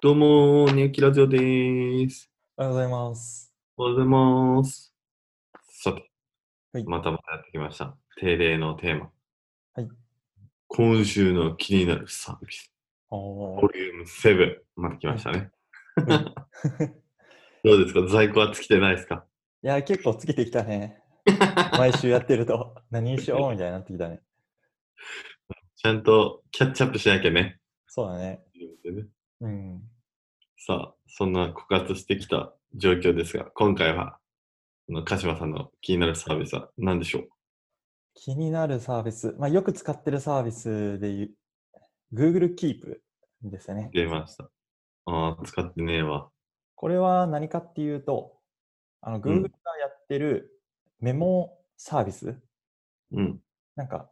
どうも、ニューキラジオでーす。おはようございます。おはようございます。さて、はいまたまたやってきました。定例のテーマ。はい今週の気になるサービス、おボリューム7、また来ましたね。ー どうですか在庫は尽きてないですかいや、結構つけてきたね。 毎週やってると、何にしようみたいになってきたね。ちゃんとキャッチアップしなきゃね。そうだね。うん。さあ、そんな枯渇してきた状況ですが、今回は、あの鹿島さんの気になるサービスは何でしょう気になるサービス、まあ、よく使ってるサービスで言う、Google Keep ですね。出ました。ああ、使ってねえわ。これは何かっていうと、あの Google がやってるメモサービス、うん。なんか、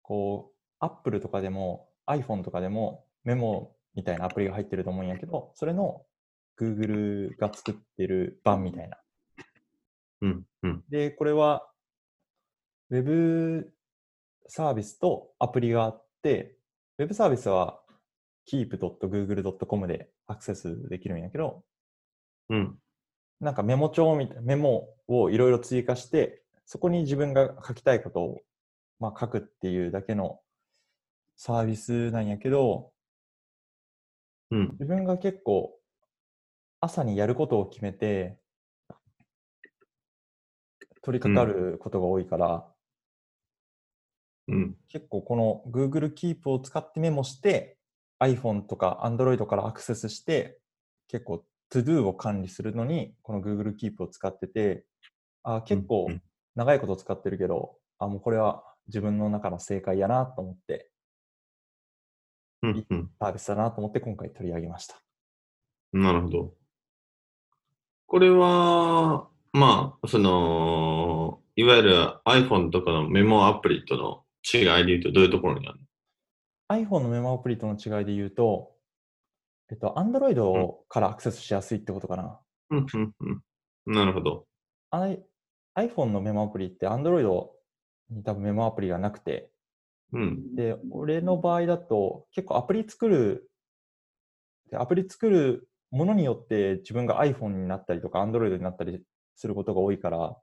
こう、Apple とかでも iPhone とかでもメモみたいなアプリが入ってると思うんやけど、それの Google が作ってる版みたいな。うん。うん。で、これは Web サービスとアプリがあって、Web サービスは keep.google.com でアクセスできるんやけど、うん。なんかメモ帳みたいな、メモをいろいろ追加して、そこに自分が書きたいことを、まあ、書くっていうだけのサービスなんやけど、うん。自分が結構朝にやることを決めて、取り掛かることが多いから、うん。結構この Google Keep を使ってメモして、iPhone とか Android からアクセスして、結構 ToDo を管理するのに、この Google Keep を使ってて、あ結構うん長いこと使ってるけど、あもうこれは自分の中の正解やなと思って、うん。うんサービスだなと思って今回取り上げました。なるほど。これは、まあ、その、いわゆる iPhone とかのメモアプリとの違いで言うとどういうところにある iPhone のメモアプリとの違いで言うと、えっと、Android からアクセスしやすいってことかな。のうんうんうん。なるほど。 I iPhone のメモアプリって Android に多分メモアプリがなくて、うん。で、俺の場合だと、結構アプリ作る、でアプリ作るものによって自分が iPhone になったりとか Android になったりすることが多いから、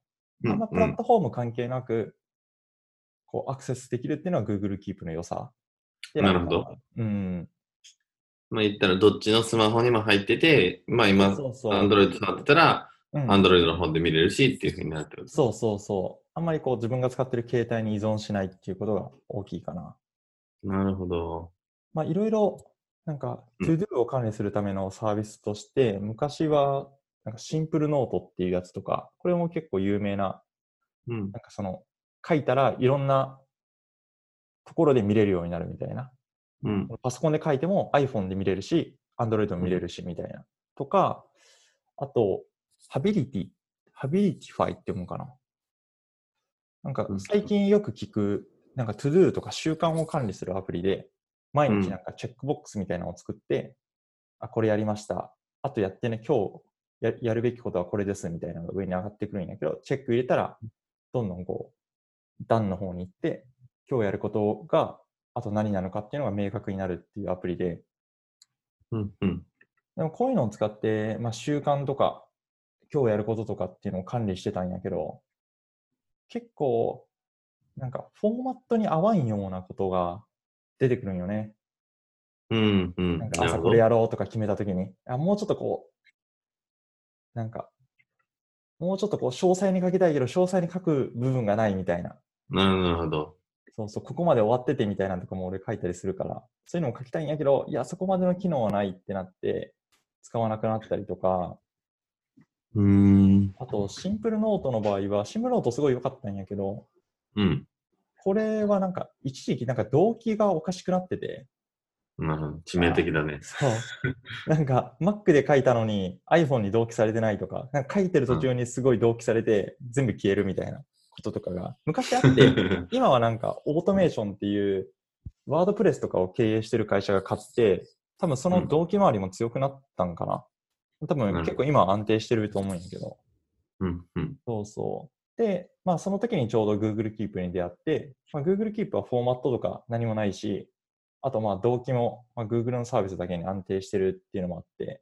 うあんまプラットフォーム関係なく、こうアクセスできるっていうのは Google Keep の良さ。でなるほど。んかうん。まあ言ったらどっちのスマホにも入ってて、まあ今、そうそう。 Android 触ってたら、うん Android の方で見れるしっていうふうになるってことです。そうそうそう。あんまりこう自分が使ってる携帯に依存しないっていうことが大きいかな。なるほど。まあ、いろいろ、なんか、うん ToDo を管理するためのサービスとして、昔は、なんかシンプルノートっていうやつとか、これも結構有名な、うん。なんかその、書いたらいろんなところで見れるようになるみたいな。うん。パソコンで書いても iPhone で見れるし、Android でも見れるし、みたいな。とか、あと、ハビリティ、ハビリティファイって読むかな。なんかうん最近よく聞く、なんか ToDo とか習慣を管理するアプリで、毎う日んなんかチェックボックスみたいなのを作って、あ、これやりました。あとやってね、今日ややるべきことはこれですみたいなのが上に上がってくるんやけど、チェック入れたら、どんどんこう、段の方に行って、今日やることが、あと何なのかっていうのが明確になるっていうアプリで、うん。うん。でもこういうのを使って、まあ、習慣とか、今日やることとかっていうのを管理してたんやけど、結構、なんかフォーマットに合わんようなことが出てくるんよね。うん。うんなん。かなる朝ほこどれ。やろうとか決めたときに、あ、もうちょっとこう、なんか、もうちょっとこう、詳細に書きたいけど、詳細に書く部分がないみたいな。なるほど。そうそう、ここまで終わっててみたいなのとかも俺書いたりするから、そういうのも書きたいんやけど、いや、そこまでの機能はないってなって、使わなくなったりとか、うーん。あと、シンプルノートの場合は、シンプルノートすごい良かったんやけど、うん。これはなんか、一時期なんか動機がおかしくなってて、なるほど。致命的だね。そう。なんか、Mac で書いたのに iPhone に同期されてないとか、なんか書いてる途中にすごい同期されて、全部消えるみたいなこととかが昔あ って、今はなんか、オートメーションっていう、ワードプレスとかを経営してる会社が買って、多分その同期周りも強くなったんかな。多分結構今は安定してると思うんやけど。うんうんそうそう。で、まあその時にちょうど Google Keep に出会って、まあ、Google Keep はフォーマットとか何もないし、あと、まあ、動機も、まあ、Google のサービスだけに安定してるっていうのもあって、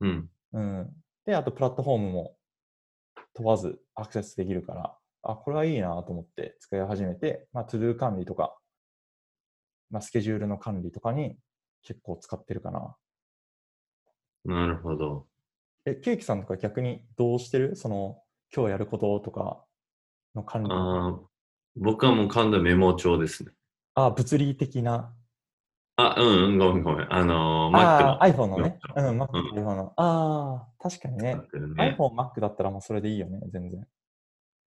うん。うん。で、あと、プラットフォームも問わずアクセスできるから、あ、これはいいなと思って使い始めて、まあ、トゥドゥ管理とか、まあ、スケジュールの管理とかに結構使ってるかな。なるほど。え、ケーキさんとか逆にどうしてるその、今日やることとかの管理。あー僕はもう完全メモ帳ですね。あ、物理的な。あ、うん、うん、ごめんごめん。あのー、あ Mac あ、iPhone のね。うん、Mac うと iPhone の。ああ、確かにねの。。ってるね iPhone、Mac だったらもうそれでいいよね、全然。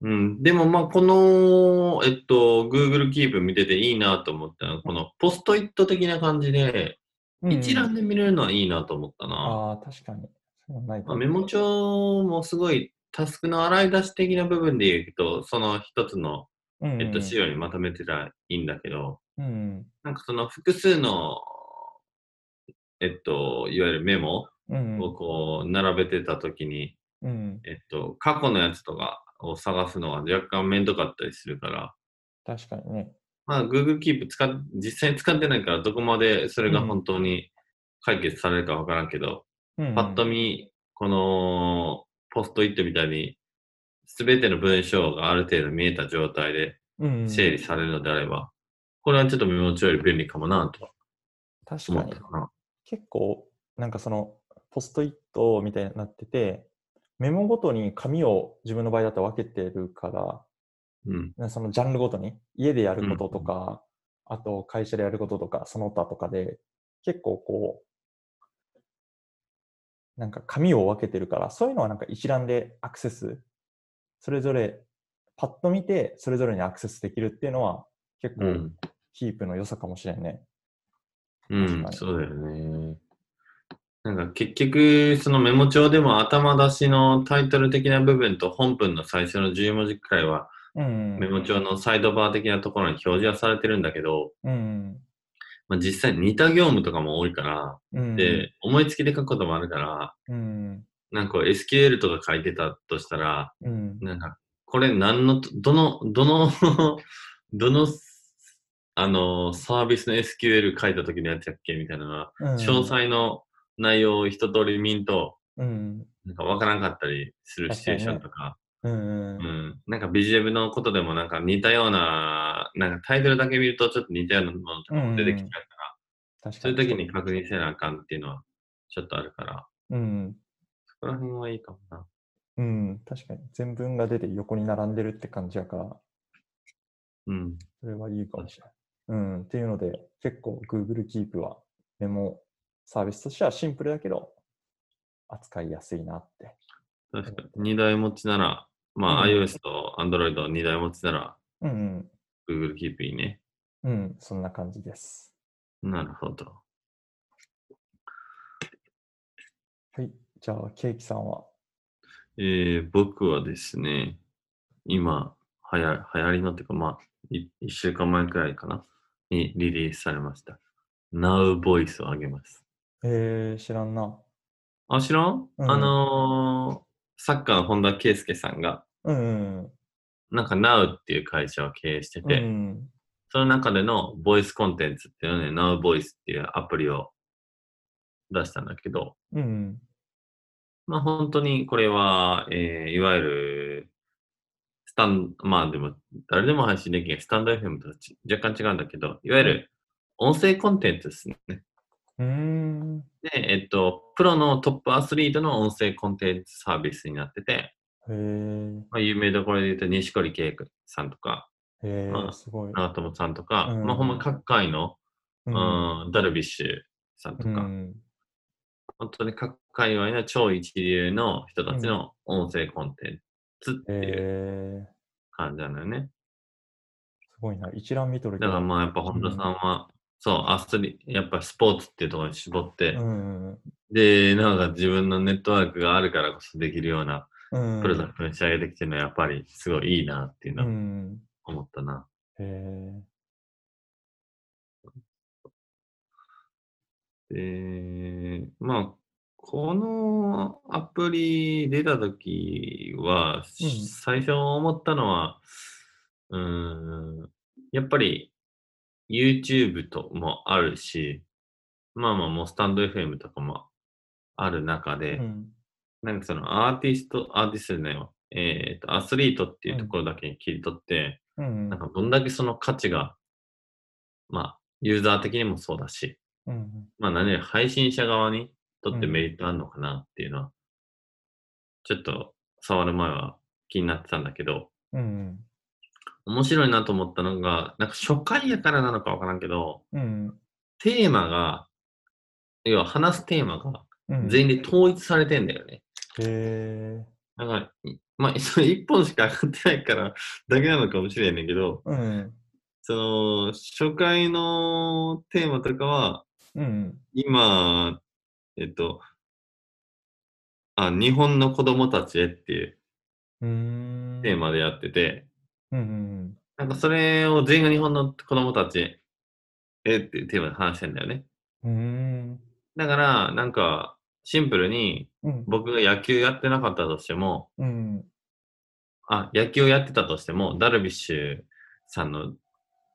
うん、でもまあこの、えっと、Google Keep 見てていいなと思ったのは、このポストイット的な感じで、うん一覧で見れるのはいいなと思ったな。ああ、確かに。そういうのないかまあ、もメモ帳もすごいタスクの洗い出し的な部分で言うと、その一つの、うんうんえっと、資料にまとめてたらいいんだけど、うんうん。なんかその複数の、えっと、いわゆるメモうんをこう並べてたときに、うん、えっと、過去のやつとかを探すのは若干面倒かったりするから、確かにね。まあ、Google Keep 使っ実際に使ってないから、どこまでそれが本当に解決されるかわからんけど、うんぱっと見、このポストイットみたいに、すべての文章がある程度見えた状態でうん、整理されるのであれば、これはちょっとメモ帳より便利かもなとは確思かっにた。かな。結構、なんかその、ポストイットみたいになってて、メモごとに紙を自分の場合だと分けてるから、うん。なそのジャンルごとに、家でやることとか、あと会社でやることとか、その他とかで、結構こう、なんか紙を分けてるから、そういうのはなんか一覧でアクセス、それぞれ、パッと見て、それぞれにアクセスできるっていうのは、結う構、ん。キープの良さかもしれんね。うん確か、にそうだよね。なんか結局、そのメモ帳でも頭出しのタイトル的な部分と本文の最初の10文字くらいはうん。メモ帳のサイドバー的なところに表示はされてるんだけど、うん。まあ、実際似た業務とかも多いから、うん。で、思いつきで書くこともあるから、うん。なんかこう SQL とか書いてたとしたら、うん。なんか、これ何の、どの、どの、 どの、あの、サービスの SQL 書いた時のやつやっけみたいなのは、うん詳。細の内容を一通り見んと、うん。なんか分からんかったりするシチュエーションとか、うん。うん。なんかビジ m のことでもなんか似たような、なんかタイトルだけ見るとちょっと似たようなものとかも出てきちゃうから、確そかういに。う時に確認せなあかんっていうのはちょっとあるから、うん。そこら辺はいいかもな。うん。確かに。全文が出て横に並んでるって感じやから、うん。それはいいかもしれない。うん。っていうので、結構 Google Keep はメモサービスとしてはシンプルだけど、扱いやすいなって。確かに。2台持ちなら、まあ、うん iOS と Android2 台持ちなら、うん、 Google Keep いいね。うん。うん。そんな感じです。なるほど。はい。じゃあ、ケーキさんは。えー僕はですね、今、はや、流行りのっていうか、まあ、い一週間前くらいかな、にリリースされました。Now Voice を上げます。えー、知らんな。あ、知らん、うんあのーサッカーの本田圭佑さんが、うん。なんか Now っていう会社を経営してうん。うて、ん。その中でのボイスコンテンツっていうのね、Now Voice っていうアプリを出したんだけど、うん。まあ本当にこれは、えーいわゆる、スタンまあでも、誰でも配信できるスタンド FM とはち若干違うんだけど、いわゆる音声コンテンツですね。うーん。で、えっと、プロのトップアスリートの音声コンテンツサービスになってて、へー。まあ、有名どころで言うと、西堀圭君さんとか、へまー、あすごい。長友さんとか、うんまあほんま各界の、う。うんん、ダルビッシュさんとうか、ん。本当に各界隈の超一流の人たちの音声コンテンツってへいうー、感じなのよね。すごいな。一覧見とるけだど。からまあやっぱ本田さんは、そう、アスリやっぱスポーツっていうところに絞って、うん。で、なんか自分のネットワークがあるからこそできるようなうん。プロダクトに仕上げてきてるのはやっぱりすごいいいなっていううのはん。思ったな。へー。で、まあ、このアプリ出た時は、うん最初思ったのは、うーん、やっぱり YouTube ともあるし、まあまあもうスタンド FM とかもある中で、うん。なんかそのアーティスト、アーティストじゃないわ。えっ、と、アスリートっていうところだけ切り取って、うんなんかどんだけその価値が、まあ、ユーザー的にもそうだし、うん。うん。まあ何より配信者側にとってメリットあるのかなっていうのは、ちょっと触る前は気になってたんだけど、うん。面白いなと思ったのが、なんか初回やからなのかわからんけど、うん。テーマが、要は話すテーマがうん。全員で統一されてんだよね。へだから、いまあ、 それ一本しか上がってないからだけなのかもしれんねんけど、ーうん。その、初回のテーマとかは、うん。今、えっと、あ、日本の子供たちへっていううーん。テーマでやってて、うんうんなんかそれを全員が日本の子供たちへっていうテーマで話してんだよね。うん。だから、なんか、シンプルに、うーん。僕が野球やってなかったとしても、うん。あ、野球やってたとしても、ダルビッシュさんの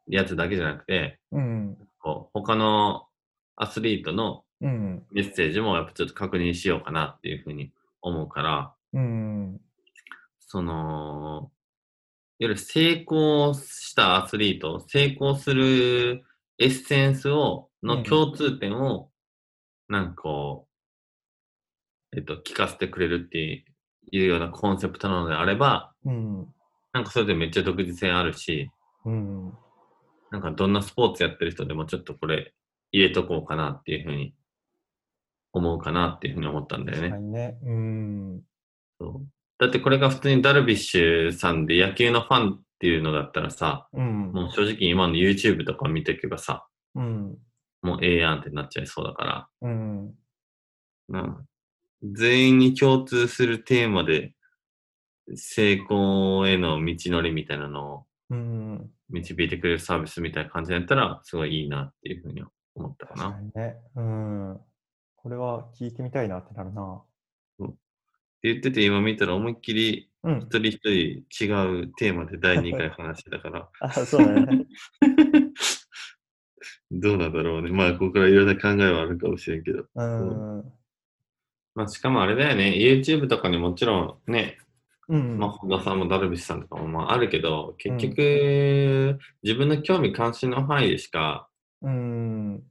やつだけじゃなくて、うん。こう他のアスリートのうん。メッセージもやっぱちょっと確認しようかなっていうふうに思うから、うん。その、いわゆる成功したアスリート、成功するエッセンスを、うんの共通点を、なんかこう、えっと、聞かせてくれるっていうようなコンセプトなのであれば、うん。なんかそれでめっちゃ独自性あるし、うん。なんかどんなスポーツやってる人でもちょっとこれ入れとこうかなっていうふうに思うかなっていうふうに思ったんだよ確かね。にね。うん。そうだってこれが普通にダルビッシュさんで野球のファンっていうのだったらさ、うん。もう正直今の YouTube とか見ていけばさ、うん。もうええやんってなっちゃいそうだかうん。ら、うん、全員に共通するテーマで成功への道のりみたいなのをうん。導いてくれるサービスみたいな感じだったら、すごいいいなっていうふうに思ったか確かな。にね。うん。これは聞いてみたいなってなるな。って言ってて今見たら思いっきりうん。一人一人違うテーマで第2回話してたから、 あ、そうだね。どうなんだろうね。まあ、ここからいろんな考えはあるかもしれんけど。うん。まあ、しかもあれだよね。YouTube とかにもちろんね、うん。まあ、本田さんもダルビッシュさんとかもまああるけど、結局、自分の興味関心の範囲でしかうん。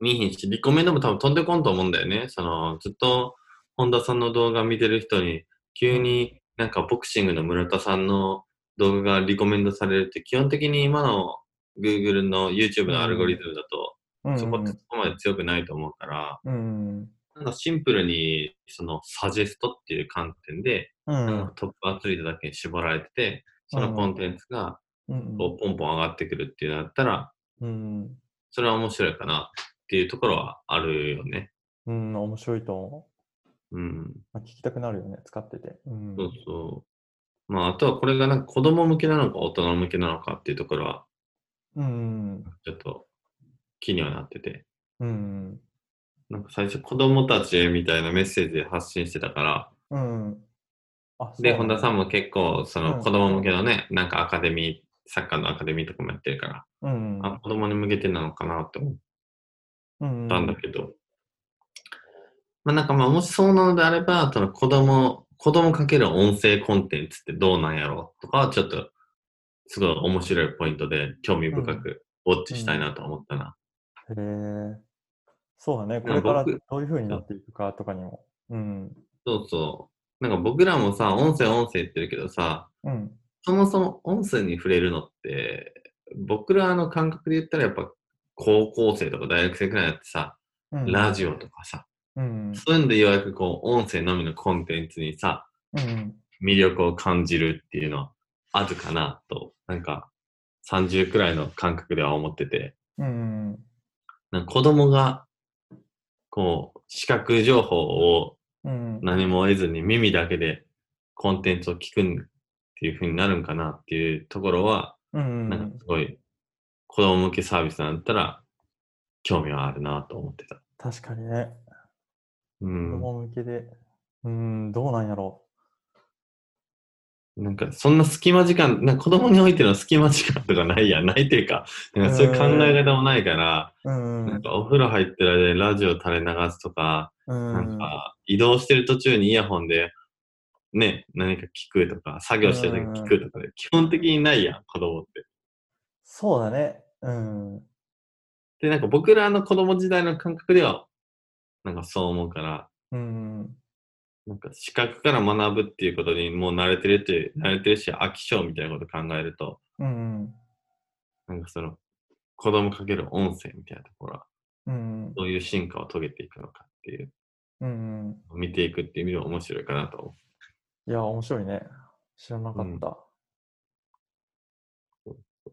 見えへんし、リコメンドも多分飛んでこんと思うんだよね。その、ずっと本田さんの動画見てる人に、急になんかボクシングの村田さんの動画がリコメンドされるって、基本的に今の Google の YouTube のアルゴリズムだと、うん。そこってそこまで強くないと思うから、うん。なんかシンプルに、その、サジェストっていう観点で、うなんかん。トップアスリートだけに絞られてて、そのコンテンツが、うん。こうポンポン上がってくるっていうのだったら、うん。それは面白いかなっていうところはあるよね。うん。面白いと思うん。う。まあ、聞きたくなるよね、使ってて。うん。そうそう。まあ、あとはこれがなんか子供向けなのか大人向けなのかっていうところは、うん。ちょっと気にはなってて。うん。なんか最初子供たちへみたいなメッセージで発信してたから、うん。あ、で、本田田さんも結構その子供向けのね、なんかアカデミー、サッカーのアカデミーとかもやってるから、うん。あ、子供に向けてなのかなって思っうん。たんだけど、まあなんかまあもしそうなのであれば、その子供、子供かける音声コンテンツってどうなんやろうとかはちょっと、すごい面白いポイントで興味深くウォッチしたいなと思ったな。へえ。そうだね。こなんれかからど僕ういう風になっていくかとかにも。うん。そうそう。なんか僕らもさ、音声音声言ってるけどさ、うん。そもそも音声に触れるのって、僕らの感覚で言ったらやっぱ高校生とか大学生くらいになってさ、うん。ラジオとかさ、うん。そういうのでようやくこう音声のみのコンテンツにさ、うん。魅力を感じるっていうのはあるかなと、なんか30くらいの感覚では思ってて、うん。なんか子供がこう視覚情報をうん。何も得ずに耳だけでコンテンツを聞くっていう風になるんかなっていうところは、うん。なんかすごい子供向けサービスなんだったら興味はあるなと思ってた。確かにね。う子ん。供向けで。うん、どうなんやろなんか、そんな隙間時間、なんか子供においての隙間時間とかないやん。ないっていうか、なんかそういう考え方もないから、うん。うなんんかお風呂入ってる間にラジオ垂れ流すとか、なんか移動してる途中にイヤホンで、ね、何か聞くとか、作業してる時聞くとかで、基本的にないやん、子供って。そうだね。うん。で、なんか僕らの子供時代の感覚では、なんかそう思うから、うん。なんか視覚から学ぶっていうことにもう慣れてるって、慣れてるし飽き性みたいなこと考えると、うん。なんかその、子供かける音声みたいなところは、うん。どういう進化を遂げていくのかっていう、うん。見ていくっていう意味では面白いかなと思いや、面白いね。知らなかった。う。っ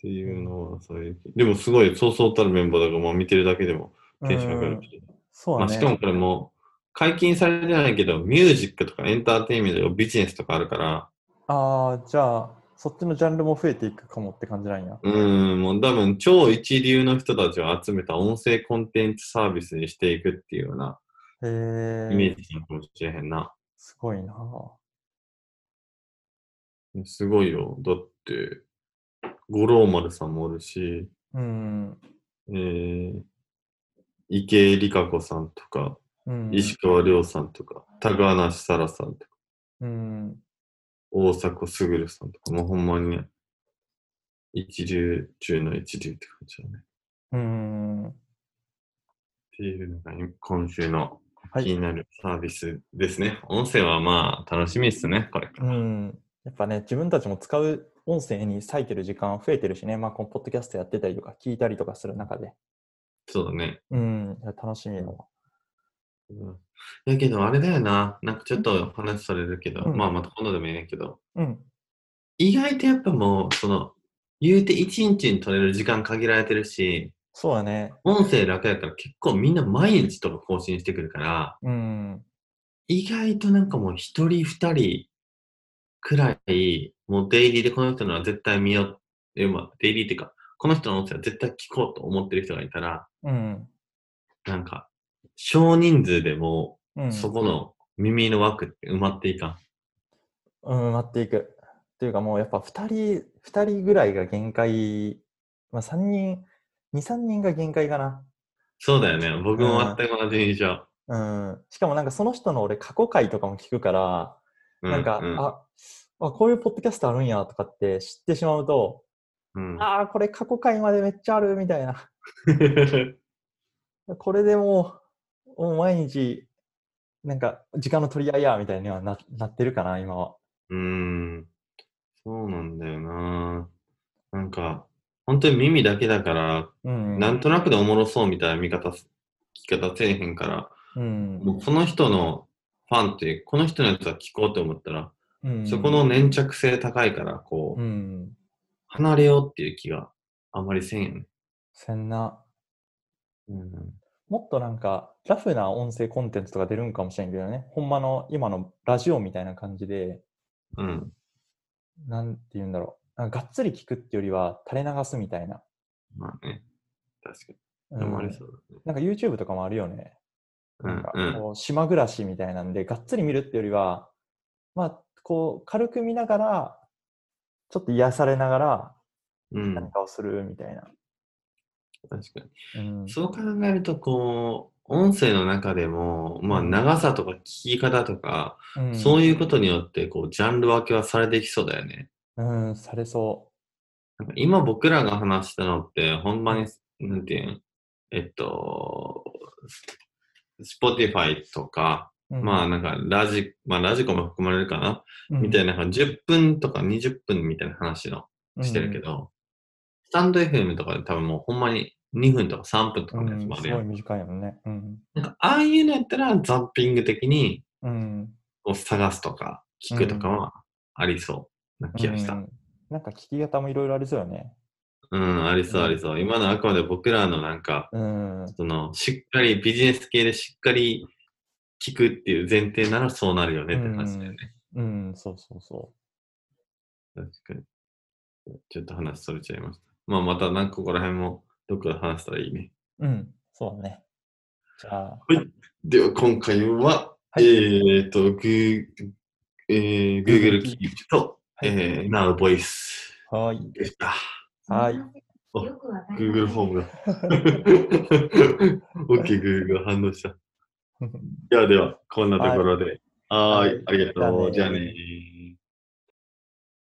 ていうのは、そういう、でもすごい、そうそうたるメンバーだから、まあ見てるだけでもテンション上がうるんし、そうまだあ、ね。しかもこれも、解禁されてないけど、ミュージックとかエンターテインメント、ビジネスとかあるから、ああ、じゃあ、そっちのジャンルも増えていくかもって感じなんや。うーん、もう多分超一流の人たちを集めた音声コンテンツサービスにしていくっていうようなへイメえ、ージなのかもしれへんな。すごいな。すごいよ。だって、五郎丸さんもおるし、うん。えー、池江璃花子さんとか、うん。石川亮さんとか、高梨沙羅さんとか、うん。大迫傑さんとか、もうほんまにね、一流中の一流って感じだね。うん。っていうのが今週のはい気になるサービスですね。音声はまあ楽しみですね、これかうら。ん。やっぱね、自分たちも使う音声に割いてる時間増えてるしね、まあ、このポッドキャストやってたりとか、聞いたりとかする中で。そうだね。うん。いや楽しみだわ。うんだけどあれだよな、なんかちょっと話それるけど、うんまあまた今度でもいいねんけど、うん。意外とやっぱもう、その、言うて一日に取れる時間限られてるし、そうだね。音声楽やから結構みんな毎日とか更新してくるから、うん。意外となんかもう一人二人くらい、もうデイリーでこの人のは絶対見よう、えまあ、デイリーっていうか、この人の音声は絶対聞こうと思ってる人がいたら、うん。なんか、少人数でもうう、ん。そこの耳の枠って埋まっていかん。うん、待っていく。というかもうやっぱ2人、二人ぐらいが限界、まあ3人、2、3人が限界かな。そうだよね。僕も全く同じ印象。うん。しかもなんかその人の俺過去回とかも聞くから、うなんか、あ、あ、こういうポッドキャストあるんやとかって知ってしまうと、うん、ああ、これ過去回までめっちゃあるみたいな。うん。これでもう、もう毎日、なんか時間の取り合いやみたいにはななってるかな、今は。 うん。そうなんだよな。なんか、本当に耳だけだから、うん。なんとなくでおもろそうみたいな見方す、聞き方せえへんから、うん。もうこの人のファンっていう、この人のやつは聞こうと思ったら、うん。そこの粘着性高いから、こう、うん。離れようっていう気があんまりせんよね。せんな。うん。もっとなんか、ラフな音声コンテンツとか出るんかもしれんけどね、ほんまの今のラジオみたいな感じで、うん。なんて言うんだろう、なんかがっつり聞くってよりは垂れ流すみたいな。まあね。確かうに。んでもありそうなんか YouTube とかもあるよね。だなねんか。うん。うん。こう島暮らしみたいなんで、がっつり見るってよりは、まあ、こう、軽く見ながら、ちょっと癒されながらうん。何かをするみたいな。確かに。うん。そう考えると、こう、音声の中でも、まあ、長さとか聞き方とか、うん、そういうことによって、こう、ジャンル分けはされてきそうだよね。うん、されそなんか今僕らが話したのって、ほんまに、なんていうん、えっと、Spotify とか、う。うん、まあなんかラジ、まあラジコも含まれるかな、みたいな、な、10分とか20分みたいな話のしてるけど、スタンド FM とかで多分もうほんまに2分とか3分とかうん、のやつもあうんるすやんごい短いもんね。うん。なんかああいうのやったらザッピング的にうん。こう探すとか聞くとかはありそうな気がした。うんなんか聞き方もいろいろありそうよね。うん、ありそううんありそう。今のあくまで僕らのなんか、うん。その、しっかり、ビジネス系でしっかり聞くっていう前提ならそうなるよねって話だよね。うん、そうそうそ確かに。ちょっと話それちゃいました。まあ、またなんかここら辺もどっかで話したらいいね。う。うん、そうだね。じゃあ、では、今回は、はいえっ、と、グー、えー、Google Keep と、えー、Now Voice はーい。でした。はいおよくわからない Google フォー ムが。OK、Google が反応した。ではでは、こんなところで。はーい、ありがとう。じじゃゃああねねー。